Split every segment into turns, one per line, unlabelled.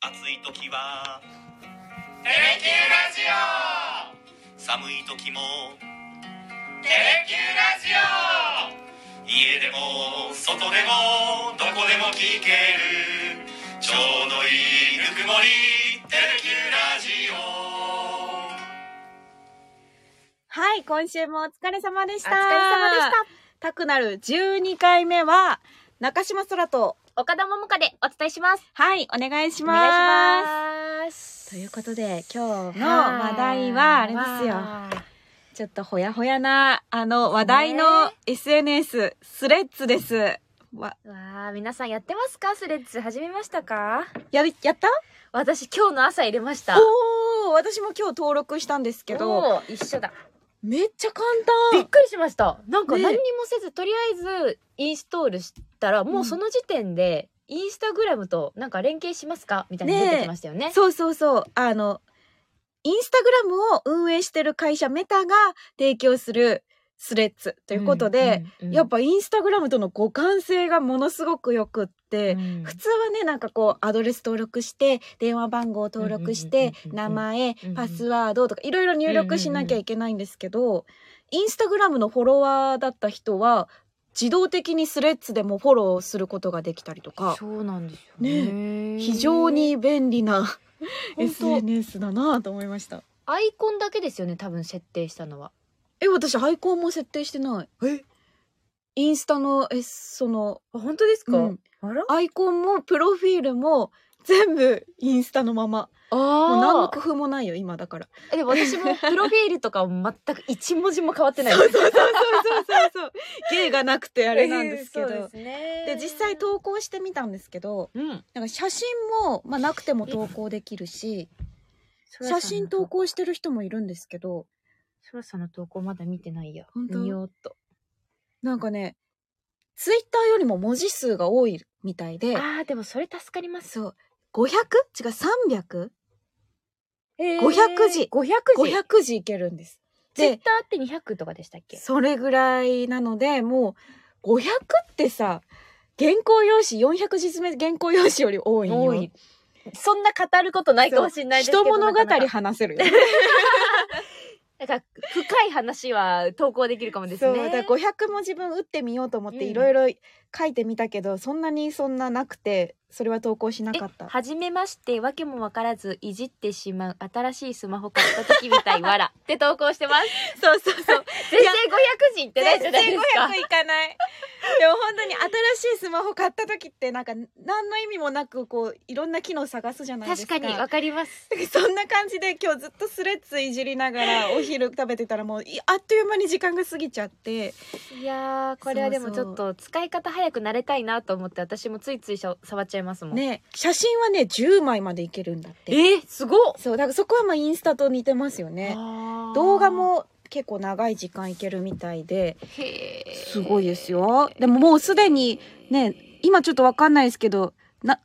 暑い時は
テレキューラジオ
寒い時も
テレキューラジオ
家でも外でもどこでも聞けるちょうどいいぬくもりテレキューラジオ
はい、今週もお疲れ様でした。
お疲れ様でした。
たくなる12回目は、中島空と、
岡田桃香でお伝えします。
はい、お願いし
お
ます。
願いします。
ということで、今日の
はい
話題は、あれですよ。
わ
ちょっとほやほやな、あの、話題の SNS、スレッズです。わ、
ーわあ、皆さんやってますかスレッズ始めましたか
やる、やった
私今日の朝入れました。
おー、私も今日登録したんですけど、
おー、一緒だ。
めっちゃ簡
びっ
単。
くりしました。なんか
ね
何にもせず、とりあえずインストールしたら、もうその時点で、インスタグラムとなんか連携しますかみたいなの出てきましたよね。
そうそうそう、あの、インスタグラムを運営してる会社メタが提供するスレッズと
と
いうことで、、やっぱインスタグラムとの互換性がものすごくよくって、
うん
普通はねなんかこうアドレス登録して電話番号を登録して
うんうんうんうん
名前
うんうん
パスワードとかいろいろ入力しなきゃいけないんですけどインスタグラムのフォロワーだった人は自動的にスレッズでもフォローすることができたりとか
そうなんですよね
非常に便利な
本当
SNS だなと思いました
アイコンだけですよね多分設定したのは
え私アイコンも設定してないインスタのえその、
本当です
うん
あら
アイコンもプロフィールも全部インスタのまま。
あ
もう何の
ー
工夫もないよ、今だから。
えでも私もプロフィールとかも全く一文字も変わってな い
そうそうそうそうそうそう。芸がなくてあ
あ
れなんですけど。
そうですね
で実際投稿してみたんですけど
うん
なんか写真も、まあ、なくても投稿できるし写真投稿してる人もいるんですけど
そらさんの投稿まだ見てないや
本当
見ようっと
なんかねツイッターよりも文字数が多いみたいで
あーでもそれ助かります
そう 500? 違う 300?500
えー
500字
500字
字いけるんです。
ツイッターって200とかでしたっけ
それぐらいなのでもう500ってさ原稿用紙400字詰め原稿用紙より多いんよ
多いそんな語ることないかもしれないですけど
人物語
なかなか
話せるよ、
なんか深い話は投稿できるかもです
そう
ね
だから500文字分打ってみようと思って
うん
いろいろ書いてみたけど、そんなにそんななくてそれは投稿しなかっ
え
た
初めましてわけもわからずいじってしまう新しいスマホ買った時みたいわ らって投稿してます
そうそうそう
全然500字いってないじ
全
ゃないで
然
すか
500いかない でも本当に新しいスマホ買った時ってなんか何の意味もなくこういろんな機能探すじゃないですか
確かにわかります
そんな感じで今日ずっとスレッズいじりなが らお昼食べてたらもういあっという間に時間が過ぎちゃって
いやーこれはでもちょっと使い方早く慣れたいなと思って私もついついしゃ触っちゃいますもん、
ね写真はね10枚までいけるんだって
えーすごっ
そうだからそこはまあインスタと似てますよね
あー
動画も結構長い時間いけるみたいで
へー
すごいですよでももうすでにね今ちょっとわかんないですけどな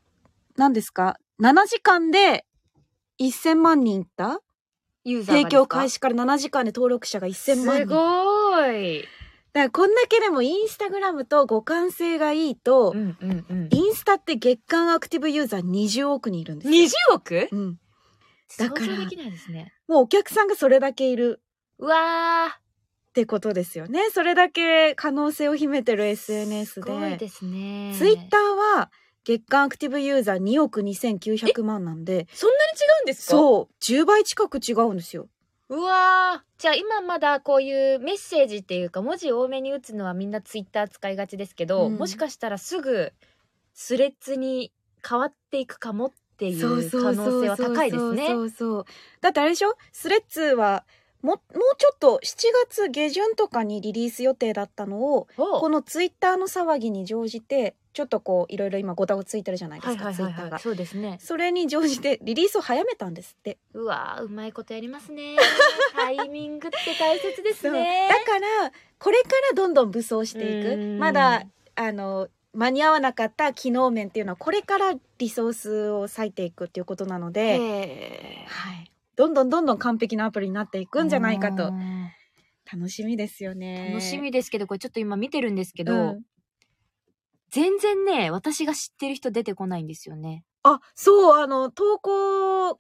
何ですか7時間で1000万人いった
ユーザー
提
がですか
供開始から7時間で登録者が1000万人
すごーい、
だからこんだけでもインスタグラムと互換性がいいと、
んうんうん
インスタって月間アクティブユーザー20億人いるんですよ。
20億
うん。だ
想
から
像できないですね
もうお客さんがそれだけいる
うわー
ってことですよね。それだけ可能性を秘めてる SNS
すごい
で。
ですね
ツイッターは月間アクティブユーザー2億2900万なんで、
そんなに違うんですか
そう、10倍近く違うんですよ。
うわーじゃあ今まだこういうメッセージっていうか文字多めに打つのはみんなツイッター使いがちですけど、
うん
もしかしたらすぐスレッズに変わっていくかもってい
そう
う
そ
可
うそう
能性は高いですね
そ。うそうそうだってあれでしょスレッズはももうちょっと7月下旬とかにリリース予定だったのを
お
このツイッターの騒ぎに乗じてちょっとこういろいろ今ごたごついてるじゃないで
はい
すか、
はいは
ツイッ
い
ター
はい。
が
そうですね。
それに乗じてリリースを早めたんですって
うわーうまいことやります ね。タイミングって大切です
そうだ
ね。
からこれからどんどん武装していく
うん
まだあの間に合わなかった機能面っていうのはこれからリソースを割いていくっていうことなので、
へ
はい、どんどんどんどん完璧なアプリになってい
ー
くんじゃないか
う
と
ん
楽しみですよね
楽しみですけどこれちょっと今見てるんですけ
け
ど、
全然ね、私が知ってる人出てこないんですよね。
あ、そう、あの、投稿、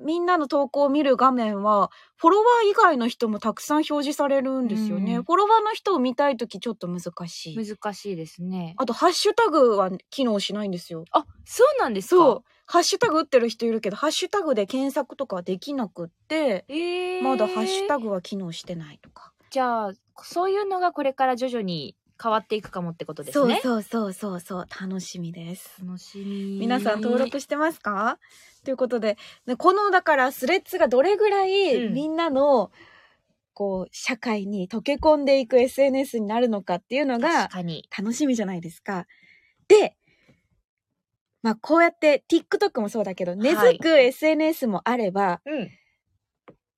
みんなの投稿を見る画面は、フォロワー以外の人もたくさん表示されるんですよね。
うん
フォロワーの人を見たいときちょっと難しい。
難しいですね。
あと、ハッシュタグは機能しないんですよ。
あ、そうなんですか
そう。ハッシュタグ打ってる人いるけど、ハッシュタグで検索とかはできなくって、
えー、
まだハッシュ
グ。
タグは機能してないとか。
じゃあ、そういうのがこれから徐々に変わっていくかもってことですね。
そうそうそうそう、楽しみです。
楽しみ。
皆さん登録してますかということで、ねこのだからスレッズがどれぐらい
うん
みんなの、こう、社会に溶け込んでいく SNS になるのかっていうのが
確かに。
楽しみじゃないですか。で、まあこうやって TikTok もそうだけど、根付く SNS もあれば、
うん。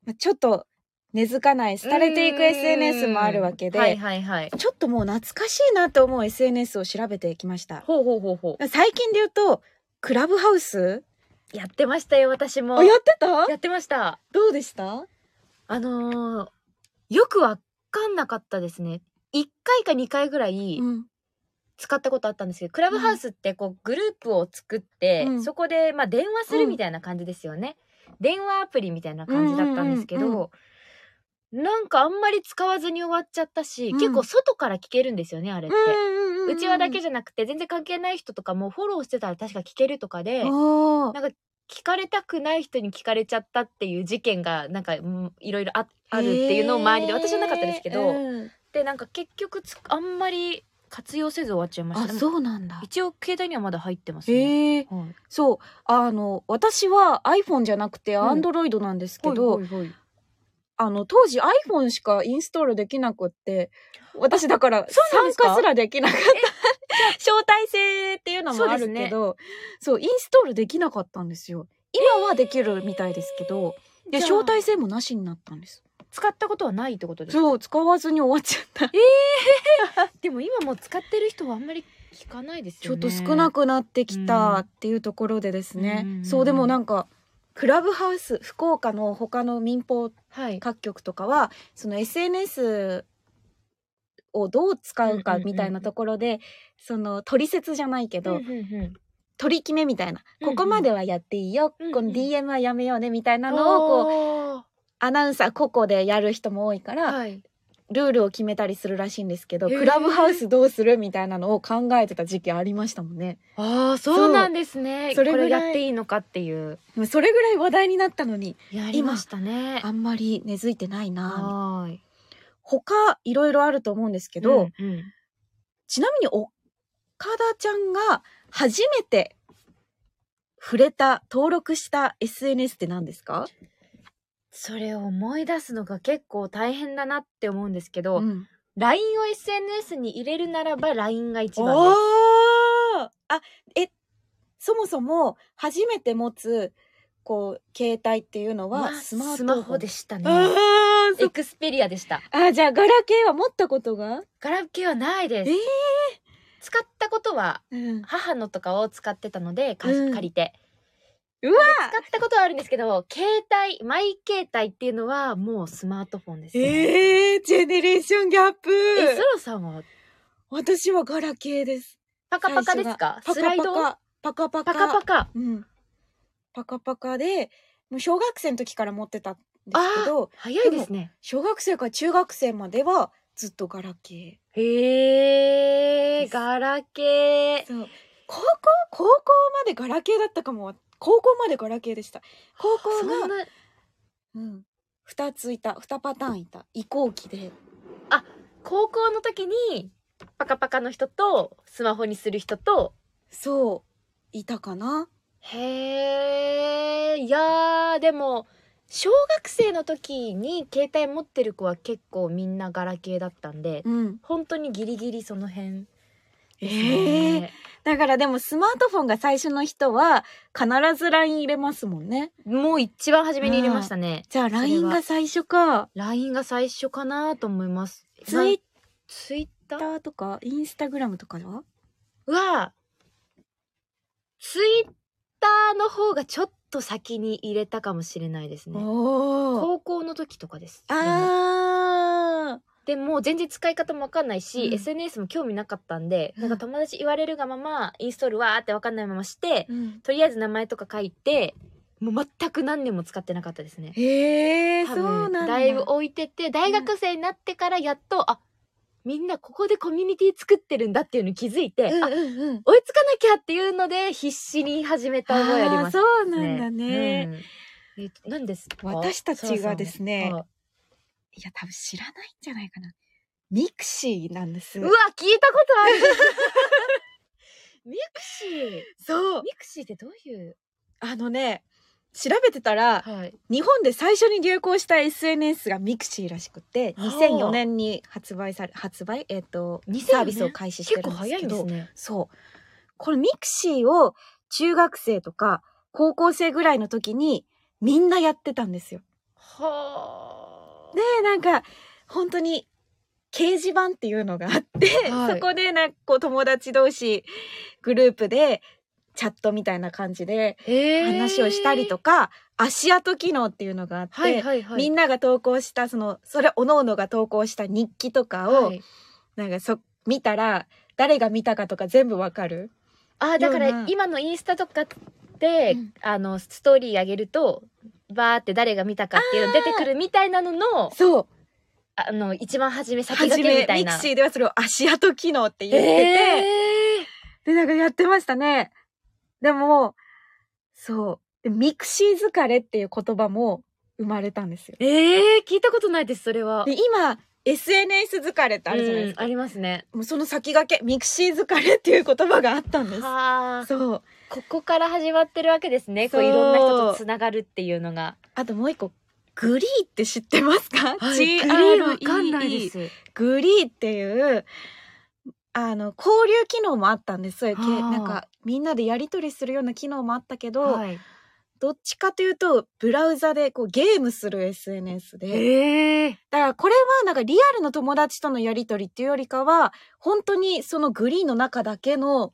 まあちょっと根付かない、廃れていく SNS もあるわけで、
はいはいはい。
ちょっともう懐かしいなと思う SNS を調べてきました。
ほうほうほうほ
最近で言うと、クラブハウス
う。やってましたよ、私も。
あ、やってた
やってました。
どうでした
あのー、
よくわかんなかったですね。
1回か2回ぐらい
ん。
使ったことあったんですけど、クラブハウスってこうグループを作って、
うん
そこでまあ電話するみたいな感じですよね。電話アプリみたいな感じだったんですけど、
うんうんうん
なんかあんまり使わずに終わっちゃったし、
うん
結構外から聞けるんですよね、あれって。
うん
うちわだけ
じ
じゃなくて全然関係ない人とかもフォローしてたら確か聞けるとかで
おー
なんか聞かれたくない人に聞かれちゃったっていう事件がなんかうんいろいろああるっていうのを周りで
へー
私はなかったですけど、
うん
でなんか結局つあんまり活用せず終わっちゃいました
あ、
でも
そうなんだ。
一応携帯にはまだ入ってますね、
へえ、
はい
そう。あの、私は iPhone じゃなくて
ん
Android なんですけど、
ほいほいほい
あの、当時 iPhone しかインストールできなくって、私だから
そうなんで
参
すか
加すらできなかった。 招待制っていうのもあるけど、そう,、インストールできなかったんですよ。今はできるみたいですけど、で、
じゃあ
招待制もなしになったんです。
使ったことはないってことです
そう、使わずに終わっちゃった。
でも今もう使ってる人はあんまり聞かないです
ちょ
よ
っと
ね
少なくなってきたっていうところでですね、
うん
そうでもなんかクラブハウス福岡の他の民放
はい
各局とかはその SNS をどう使うかみたいなところで、その取説じゃないけど、
うんうんうん
取り決めみたいな、
うんうん
ここまではやっていいよ、
うんうん
この DM はやめようねみたいなのをこう
おー
アナウンサー個々でやる人も多いから、
はい
ルールを決めたりするらしいんですけど
へー
クラブハウスどうするみたいなのを考えてた時期ありましたもんね。
ああそうなんですね
そうそれ
こ
ぐら
れ
い
やっていいのかっていう
でもそれぐらい話題になったのに
やりましたね
あんまり根付いてないな
はーい
他いろいろあると思うんですけど、
うんうん
ちなみに岡田ちゃんが初めて触れた登録した SNS って何ですか、
それを思い出すのが結構大変だなって思うんですけど、
ん、
LINE を SNS に入れるならば LINE が一
お
番で
ー
す
あえそもそも初めて持つこう携帯っていうの
まあ
はスマートフォン、
でしたね
あー
エ
そ
クスペリアでした
あじゃあガラケーは持ったことが、
ガラケーはないです、
えー
使ったことは
うん、
母のとかを使ってたので貸
うん
し借りて、
うわ
使ったことはあるんですけど携帯マイ携帯っていうのはもうスマートフォンですね、
えー、ジェネレーションギャップ
えソロさんは
私はガラケーです。
パカパカですか
最初
スライド
がパカパカ。
パカパカ
うん。パカパカで、もう小学生の時から持ってたんですけど、
早いですね
小学生から中学生まではずっとガラケ
へえ
です
ガラケー
ー。そう。高校高校までガラケーだったかも。高校までガラケーでした。高校
そん
が、
な
うん。二ついた、二パターンいた。移行期で。
高校の時にパカパカの人とスマホにする人と
そう。いたかな。
へえいやーでも小学生の時に携帯持ってる子は結構みんなガラケーだったんで、
うん。
本当にギリギリその辺
ええ
ね
だからでもスマートフォンが最初の人は必ず LINE 入れますもんね。
もう一番初めに入れましたね
じゃあ
れは
LINE が最初か。
LINE が最初かなと思います
ツイッ
ツイッター
ターとかインスタグラムとかは
はツイッターの方がちょっと先に入れたかもしれないですね
おー。
高校の時とかですでも
あー。
でもう全然使い方もわかんないし、
うん
SNS も興味なかったんで、
うん
なんか友達言われるがままインストールわーってわかんないままして、
うん
とりあえず名前とか書いてもう全く何年も使ってなかったですね。
へえ
多
そ
分
うなんだ
だいぶ置いてて大学生になってからやっと、あみんなここでコミュニティ作ってるんだっていうのに気づいて、
うん
あ
うんうん
追いつかなきゃっていうので必死に始めた覚えあります
あー。そうなんだね、
うん。え何ですか
私たちがですね
そうそう
いや多分知らないんじゃないかなミクシーなんです
うわ聞いたことある ミクシー
そう
ミクシーってどういう
あのね調べてたら
はい
日本で最初に流行した SNS がミクシーらしくて
はあ
2004年に発売され発売えっ、と
2004年
サービスを開始して
結
る
構
んです
早い
け
んで
ど
すね
そうこのミクシーを中学生とか高校生ぐらいの時にみんなやってたんですよ。
はあ
でなんか本当に掲示板っていうのがあって、
はい
そこでなんかこう友達同士グループでチャットみたいな感じで話をしたりと
か
か、足跡機能っていうのがあって、
はいはいはい
みん
な
なが投稿したそのそれおのおのが投稿した日記とかを、
はい、
なんかそ見たら誰が見たかとか全部わかる
あーだか
よう
ら
な
今のインスタとかで、
うん
あのストーリー上げるとバーって誰が見たかっていうの出てくるみたいなのの
そう
あの一番初め先
初
駆け
め
みたい
ミク
な
シーではそれを足跡機能って言ってて、
えー
でなんかやってましたねでもそうでミクシー疲れっていう言葉も生まれたんですよ
えー、聞いたことないですそれは
で今 SNS 疲れってあるじゃないですか、
うんありますね
もうその先駆けミクシー疲れっていう言葉があったんです
はあ
そう
ここから始まってるわけですねこう
そう
いろんな人とつながるっていうのが
あともう一個グリーって知ってますか、
グリーンわかんないで
GREE
す。
グリーっていうあの交流機能もあったんですそういうけ
はあ
なんかみんなでやり取りするような機能もあったけど、
はい。
どっちかというとブラウザでこうゲームする SNS で
ええ。
だからこれはなんかリアルの友達とのやり取りっていうよりかは本当にそのグリーの中だけの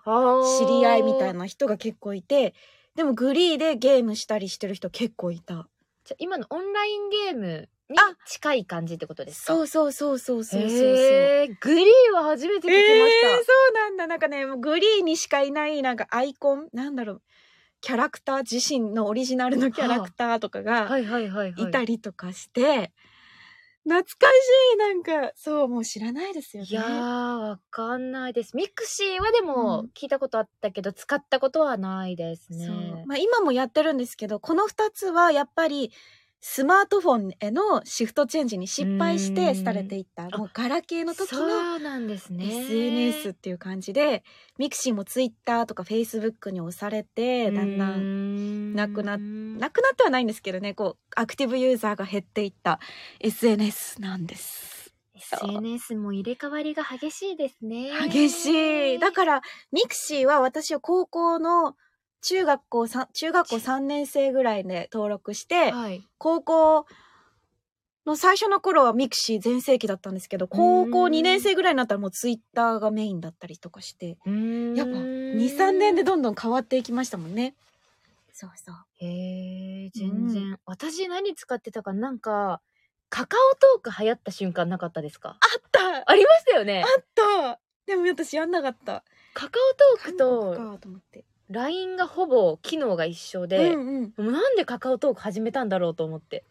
知り合いみたい
な
な人が結構いてでもグリーでゲームしたりしてる人結構いた
じゃあ今のオンラインゲームに
あ
近い感じってことですか
そうそうそうそうそうそうそう、
へーグリーは初めて聞きま
えー
し
そうなんだなんかねもうグリーンにしかいないなんかアイコンなんだろうキャラクター自身のオリジナルのキャラクターとか
た、
が
いはいはい
いたりとかして、懐かしいなんかそうもう知らないですよね
いやーわかんないですミクシーはで
う
も
ん
聞いたことあったけど、使ったことはないですね
そうまあ、今もやってるんですけどこの2つはやっぱりスマートフォンへのシフトチェンジに失敗し
う
て
ん
廃れていった
あ
もうガラケーの時
そ
の
うなんですね
SNS っていう感じでミクシーもツイッターとかフェイスブックに押されてだんだん
ん
なくなっ
な
なくなってはないんですけどねこうアクティブユーザーが減っていった SNS なんです。
SNS も入れ替わりが激しいですね
激しいだからミクシーは私は高校の中学校さん中学校3年生ぐらいで登録して
はい、
高校の最初の頃はミクシー全盛期だったんですけど高校2年生ぐらいになったらもうツイッターがメインだったりとかしてやっぱ23年でどんどん変わっていきましたもんね。そうそう
へえ
全然
全然、私何使ってたかなんかカカオトーク流行った瞬間なかったですかあ
だ
りましたよね
だでも私やんなかった。
カカオトー
韓
クと
国かと思って。
LINE がほぼ機能が一緒で、
うんうん、
もうなんでカカオトーク始めたんだろうと思って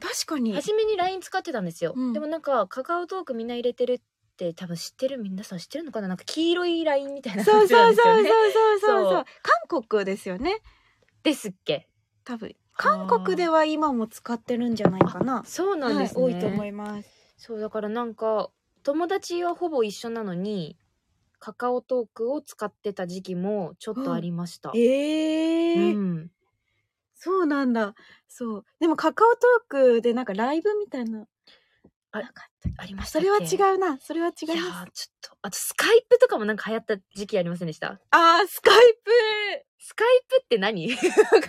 確かに。
初めに LINE 使ってたんですよ、
うん
でもなんかカカオトークみんな入れてるって多分知ってる皆さん知ってるのかななんか黄色い LINE みたいな
そ
感
う
じな
そ
ん
うそうそう
ですよね
そうそうそ
そうう。
韓国ですよね。
ですっけ
多分韓国では今も使ってるんじゃないかな。
そうなんですね、
はい、多いと思います。
そうだからなんか友達はほぼ一緒なのにカカオトークを使ってた時期もちょっとありました、
ええー
うん
そうなんだ。そう。でもカカオトークでなんかライブみたいな。
あ
なかったっ
ありま
け
した
そ
っけ
れは違うな。それは違い
いや
ます。
ーちょっとあとスカイプとかもなんか流行った時期ありませんでした
あー、スカイ
スカイプって何 わ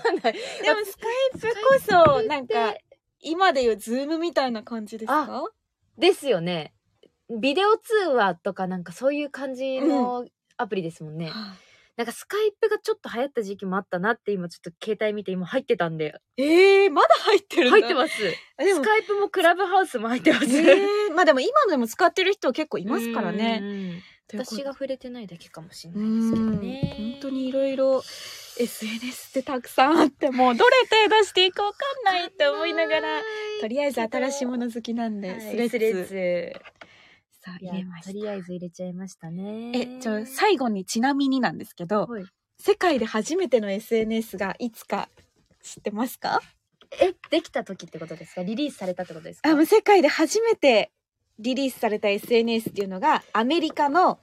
かんない
プ。でもスカイプこそ、なんか、今でいうズームみたいな感じですか
ですよねビデオ通話とかなんかそういう感じのアプリですもんね、
は
なんかスカイプがちょっと流行った時期もあったなって今ちょっと携帯見て今入ってたんで、
ええまだ入ってるんだ
入ってます。
すで
ス
も、
カイプもクラブハウスも入ってます。
ええまあでも今でも使ってる人結構いますからね。
ね。
ということ
私が触れてないだけかもしれ
う
ないですけど
ん
ね。
本当にいろいろ SNS ってたくさんあ ってもうどれ手出していいかわかんないって思いながら とりあえず新しいもの好きなんで、
はい
スレッズ
スレッズ。
さあ
いや
入れまし
と
た
りあえず入れちゃいましたね。
えじゃあ最後にちなみになんですけど、
はい
世界で初めての SNS がいつか知ってますか
え、できた時ってことですかリリースされたってことですか
あの世界で初めてリリースされた SNS っていうのがアメリカの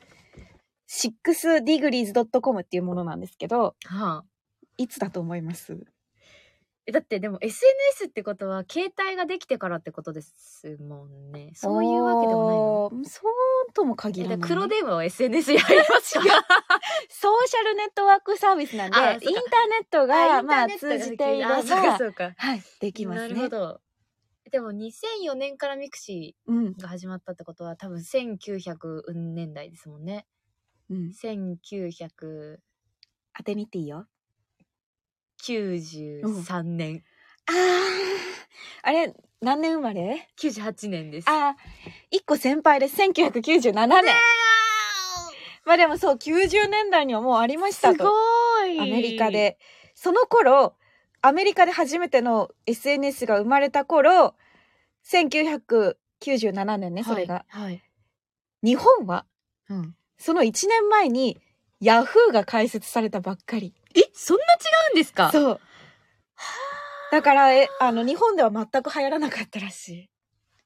6degrees.com っていうものなんですけど
はい
つだと思います
あ、だってでも SNS ってことは携帯ができてからってことですもんね。そういうわけでも
ないそうとも
な
限
い
らな
の。
い
えだから黒電話は SNS やります か
ソーシャルネットワークサービスなんでイン
あ
ター
そ
ネ
うか
ットが
インタ
ま
ー
あ
ネット
通じていれば
あそうかそうか。
はいできます
な
ね
るほど。でも2004年からミクシ
うん
ーが始まったってことは多分1900年代ですもんね。
うん
1993
当てみていいよ
年、
あー あれ何年生まれ
98年です。
あー1個先輩で1997年まあでもそう90年代にはもうありました
す
と
ごい
アメリカ。でその頃アメリカで初めての SNS が生まれた頃1997年ねそれが、
はい。はい
日本は
うん、
その1年前にヤフーが開設されたばっかり
えそんな違うんですか
そうだからえあの日本では全く流行らなかったらし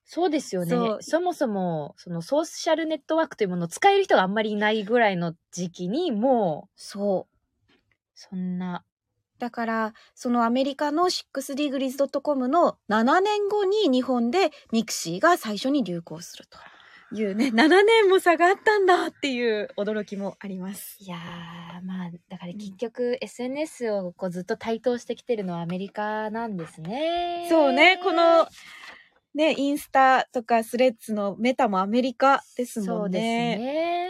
そうですよね
そう
そもそもそのソーシャルネットワークというものを使える人があんまりいないぐらいの時期にもう
いそう
そんな
だからそのアメリカの 6degrees.com の7年後に日本でミクシーが最初に流行するという ね7年も差があったんだっていう驚きもあります。
いやーまあだから結局 SNS をこうずっと台頭してきてるのはアメリカなんですね
そうねこのねインスタとかスレッズのメタもアメリカです
そ
も
うんです
ね。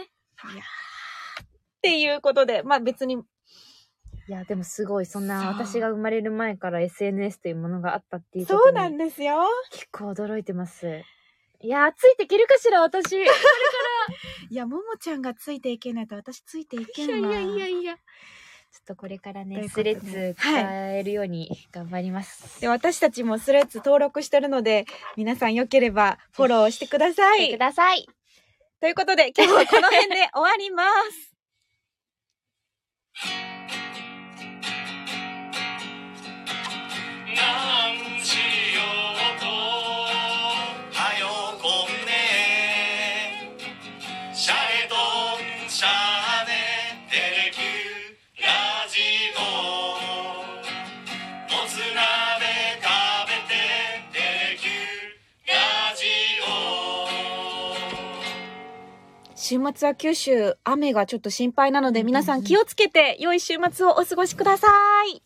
ね
っていうことでまあ別に
いやでもすごいそんな
そう
私が生まれる前から SNS というものがあったっていうこ
そう
と
なん
に
ですよ。
結構驚いてますいやーついていけるかしら私い
いやももちゃんがついていけないと私ついていけない。
いやちょっとこれから
とい
ね
うこと
ス
で
レッズ使えるように頑張ります、
で私たちもスレッズ登録してるので皆さんよければフォローしてくださ
して
い
く。ださい
ということで、今日はこの辺で終わります。
なんしようとはよこんねシャレドンシャーネテレキューラジオもつ鍋食べてテレキューラジオ
週末は九州、雨がちょっと心配なので、皆さん気をつけて、良い週末をお過ごしください。